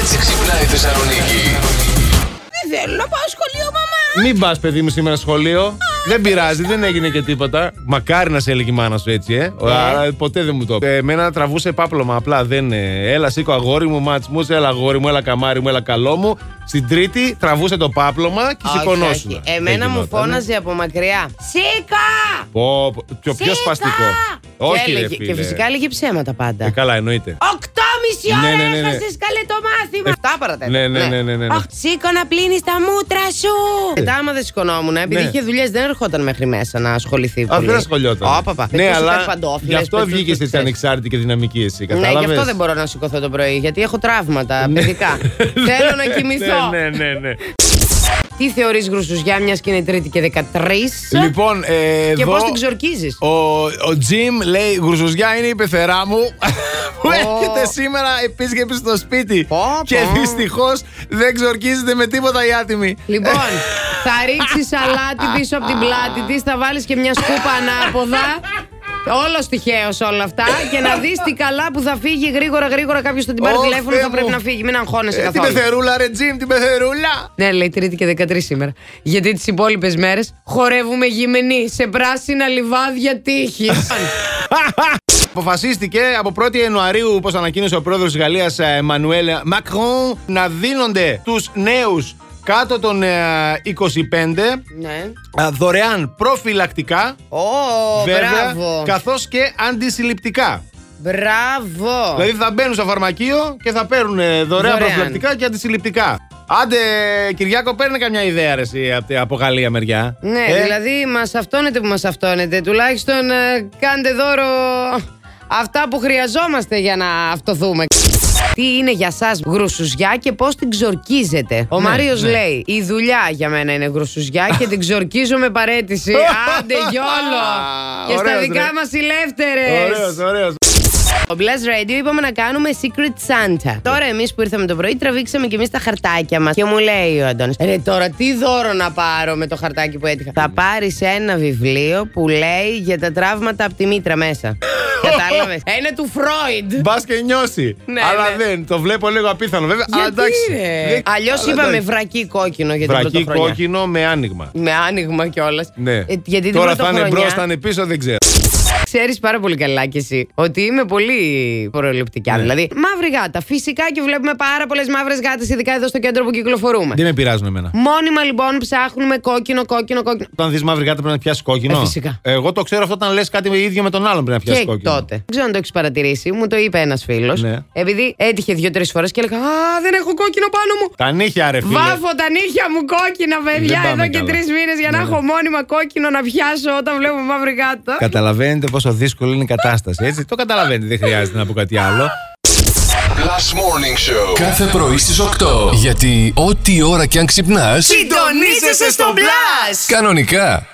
έτσι ξυπνάει η Θεσσαλονίκη. Δεν θέλω να πάω σχολείο, μαμά. Μην πας, παιδί μου, σήμερα σχολείο. Δεν πειράζει, δεν έγινε και τίποτα. Μακάρι να σε έλεγε η μάνα σου έτσι, ε. Αλλά ποτέ δεν μου το είπε. Ε, Εμένα τραβούσε πάπλωμα. Απλά δεν. ε, Έλα, σήκω αγόρι μου, ματσμού, έλα αγόρι μου, έλα καμάρι μου, έλα καλό μου. Στην τρίτη τραβούσε το πάπλωμα και Όχι, σηκωνόσουν. όχι. Εμένα μου ναι. φώναζε από μακριά. Σίκα! Πω, πω, πιο, πιο Σίκα! σπαστικό. Και Όχι, ρε έλεγε- φίλε. Και φυσικά έλεγε ψέματα Ε, πάντα. καλά, εννοείται. Οκτώμιση Ναι, ναι, ώρα ναι, ναι. έχασες καλέ το μάθημα. Αυτά παρατέτω. ναι, ναι, ναι, ναι, ναι, ναι. Αχ, σήκω να πλύνεις τα μούτρα σου. Μετά, Ε, άμα δεν σηκωνόμουν, επειδή Ναι. είχε δουλειές, δεν ερχόταν μέχρι μέσα να ασχοληθεί. Α, πολύ. δεν ασχολιόταν. Όπαπα. Ναι, Ε, Πετούσε κάτι αλλά παντόφλες, γι' αυτό πετούσε βγήκε έτσι ξέρεις. ανεξάρτητη και δυναμική εσύ. Ναι, γι' Κατάλαβε. αυτό δεν μπορώ να σηκωθώ το πρωί, γιατί έχω τραύματα παιδικά. Θέλω να κοιμηθώ. ναι, ναι, ναι. Τι θεωρείς γρουσουζιά, μια και είναι Τρίτη και 13. Λοιπόν, ε, και εδώ πώς την ξορκίζεις. ο, ο Τζιμ λέει Γρουσουζιά είναι η πεθερά μου που Ω. έρχεται σήμερα επίσκεψη στο σπίτι Πω, πω. και δυστυχώς δεν ξορκίζεται με τίποτα η άτιμη. Λοιπόν, θα ρίξεις σαλάτι πίσω από την πλάτη της, θα βάλεις και μια σκούπα ανάποδα. Όλος τυχαίος όλα αυτά. Και να δεις τι καλά που θα φύγει γρήγορα, γρήγορα κάποιος θα την πάρει Ω, τηλέφωνο. Θεέ Θα πρέπει μου. να φύγει. Μην αγχώνεσαι Ε, την καθόλου. πεθερούλα ρε Τζιμ, την πεθερούλα. Ναι, λέει Τρίτη και 13 σήμερα. Γιατί τις υπόλοιπες μέρες χορεύουμε γυμνοί σε πράσινα λιβάδια τύχης. Αποφασίστηκε από 1η Ιανουαρίου, όπως ανακοίνωσε ο πρόεδρος της Γαλλίας Εμμανουέλ Μακρόν, ε, να δίνονται τους νέους κάτω των ε, 25 ναι. α, δωρεάν προφυλακτικά, Ω, βέβαια, μπράβο. καθώς και αντισυλληπτικά. Μπράβο. Δηλαδή θα μπαίνουν στο φαρμακείο και θα παίρνουν ε, δωρεάν, Δωρεάν. προφυλακτικά και αντισυλληπτικά. Άντε, Κυριάκο, παίρνε καμιά ιδέα ρε, εσύ, από, από Γαλλία μεριά. Ναι, Ε, δηλαδή μας αυτόνετε που μας αυτόνετε. Τουλάχιστον ε, κάντε δώρο αυτά που χρειαζόμαστε για να αυτοθούμε. Τι είναι για σας γρουσουζιά και πώς την ξορκίζετε. Ναι, Ο Μάριος λέει: Η δουλειά για μένα είναι γρουσουζιά και την ξορκίζω με παρέτηση. Άντε, γιόλο! και στα Ωραίος, δικά ρε. μας ηλεύθερες. Ωραίος, ωραίος. Ο Blast Radio είπαμε να κάνουμε Secret Santa. Τώρα εμείς που ήρθαμε το πρωί, τραβήξαμε κι εμείς τα χαρτάκια μας. Και μου λέει ο Αντώνης, Ρε τώρα τι δώρο να πάρω με το χαρτάκι που έτυχα. Θα πάρεις ένα βιβλίο που λέει για τα τραύματα από τη μήτρα μέσα. Κατάλαβες. Ένα του Φρόιντ. Μπας και νιώσει. Ναι, Αλλά ναι. δεν. Το βλέπω λίγο απίθανο, βέβαια. Αλλά εντάξει. Δεν- Γιατί Αλλιώς αλλά είπαμε εντάξει. βρακί κόκκινο για την Βρακί πρωτοχρονιά. κόκκινο με άνοιγμα. Με άνοιγμα κιόλας. Ναι. Ε, γιατί την Τώρα θα είναι πρωτοχρονιά- μπρο, θα είναι πίσω, δεν ξέρω. Ξέρεις πάρα πολύ καλά κι εσύ ότι είμαι πολύ προληπτικά. Ναι. Δηλαδή, μαύρη γάτα. Φυσικά και βλέπουμε πάρα πολλές μαύρες γάτες, ειδικά εδώ στο κέντρο που κυκλοφορούμε. Δεν με πειράζουν εμένα. Μόνιμα λοιπόν ψάχνουμε κόκκινο, κόκκινο, κόκκινο. Όταν δεις μαύρη γάτα πρέπει να πιάσεις κόκκινο. Ε, φυσικά. Εγώ το ξέρω αυτό όταν λες κάτι με ίδιο με τον άλλον πρέπει να πιάσει Και κόκκινο. τότε. Δεν ξέρω αν το έχεις παρατηρήσει. Μου το είπε ένας φίλος. Ναι. Επειδή έτυχε δύο-τρει φορές και έλεγα Α, δεν έχω κόκκινο πάνω μου. Τα νύχια, ρε φίλε. Βάφω τα νύχια μου κόκκινα, παιδιά, Δεν πάμε εδώ και καλά. τρεις μήνες για να Ναι, ναι. έχω μόνιμα κόκκινο να πιάσω όταν βλέπω μαύρη γάτα. Καταλαβαίνετε πόσο δύσκολη είναι η κατάσταση, έτσι. Το καταλαβαίνετε, δεν χρειάζεται να πω κάτι άλλο. Last Morning Show. Κάθε πρωί στις 8. Γιατί ό,τι ώρα κι αν ξυπνάς, Συντονίζεσαι στο μπλα! κανονικά